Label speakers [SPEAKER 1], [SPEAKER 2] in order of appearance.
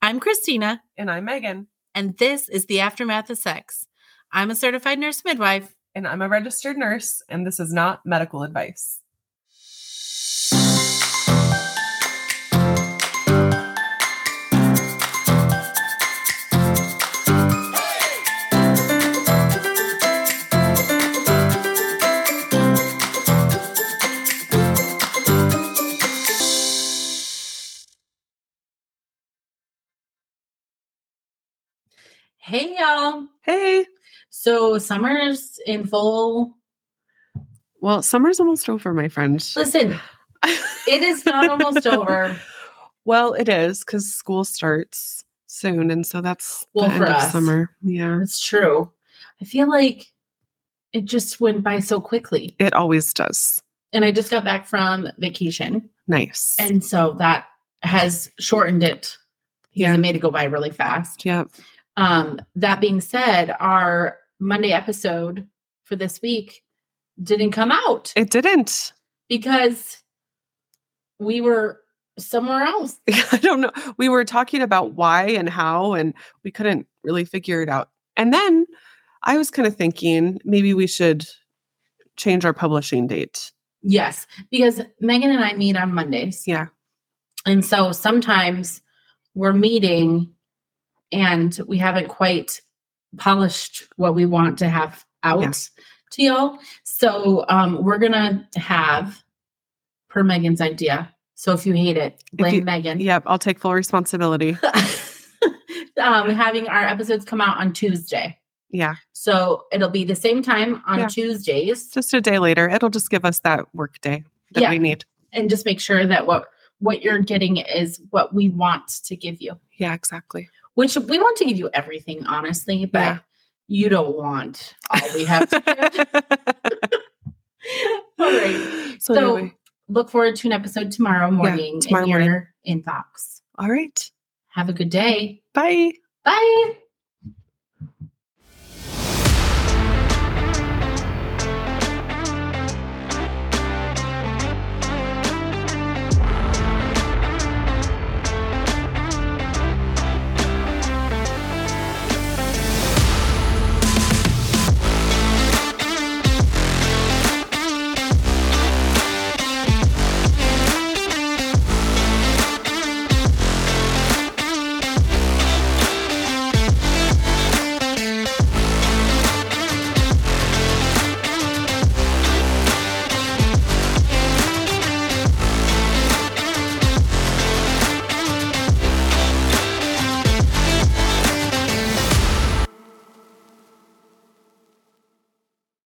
[SPEAKER 1] I'm Christina,
[SPEAKER 2] And I'm Megan.
[SPEAKER 1] and this is The Aftermath of Sex. I'm a certified nurse midwife.
[SPEAKER 2] And I'm a registered nurse. And this is not medical advice.
[SPEAKER 1] Hey, y'all.
[SPEAKER 2] Hey.
[SPEAKER 1] So, summer's in full.
[SPEAKER 2] Well, summer's almost over, my friend.
[SPEAKER 1] Listen, it is not almost over.
[SPEAKER 2] well, it is because school starts soon. And so that's
[SPEAKER 1] Well,
[SPEAKER 2] the end
[SPEAKER 1] for
[SPEAKER 2] of
[SPEAKER 1] us.
[SPEAKER 2] summer. Yeah.
[SPEAKER 1] That's true. I feel like it just went by so quickly.
[SPEAKER 2] It always does.
[SPEAKER 1] And I just got back from vacation.
[SPEAKER 2] Nice.
[SPEAKER 1] And so that has shortened it. Yeah.
[SPEAKER 2] Yeah.
[SPEAKER 1] It made it go by really fast.
[SPEAKER 2] yep.
[SPEAKER 1] Um, that being said, our Monday episode for this week didn't come out
[SPEAKER 2] It didn't.
[SPEAKER 1] because we were somewhere else.
[SPEAKER 2] I don't know. We were talking about why and how, and we couldn't really figure it out. And then I was kind of thinking maybe we should change our publishing date.
[SPEAKER 1] Yes, because Megan and I meet on Mondays.
[SPEAKER 2] Yeah.
[SPEAKER 1] And so sometimes we're meeting and we haven't quite polished what we want to have out
[SPEAKER 2] Yeah.
[SPEAKER 1] to y'all. So um, we're going to have, per Megan's idea. So if you hate it, blame
[SPEAKER 2] you-
[SPEAKER 1] Megan.
[SPEAKER 2] Yep. I'll take full responsibility.
[SPEAKER 1] um, having our episodes come out on Tuesday.
[SPEAKER 2] Yeah.
[SPEAKER 1] So it'll be the same time on
[SPEAKER 2] Yeah.
[SPEAKER 1] Tuesdays.
[SPEAKER 2] Just a day later. It'll just give us that work day that
[SPEAKER 1] Yeah.
[SPEAKER 2] we need.
[SPEAKER 1] and just make sure that what what you're getting is what we want to give you
[SPEAKER 2] Yeah, exactly.
[SPEAKER 1] which we want to give you everything honestly but
[SPEAKER 2] Yeah.
[SPEAKER 1] you don't want all we have to give. all right
[SPEAKER 2] So,
[SPEAKER 1] So-
[SPEAKER 2] anyway.
[SPEAKER 1] look forward to an episode tomorrow morning
[SPEAKER 2] tomorrow
[SPEAKER 1] in your
[SPEAKER 2] morning.
[SPEAKER 1] inbox
[SPEAKER 2] all right.
[SPEAKER 1] have a good day
[SPEAKER 2] Bye.
[SPEAKER 1] bye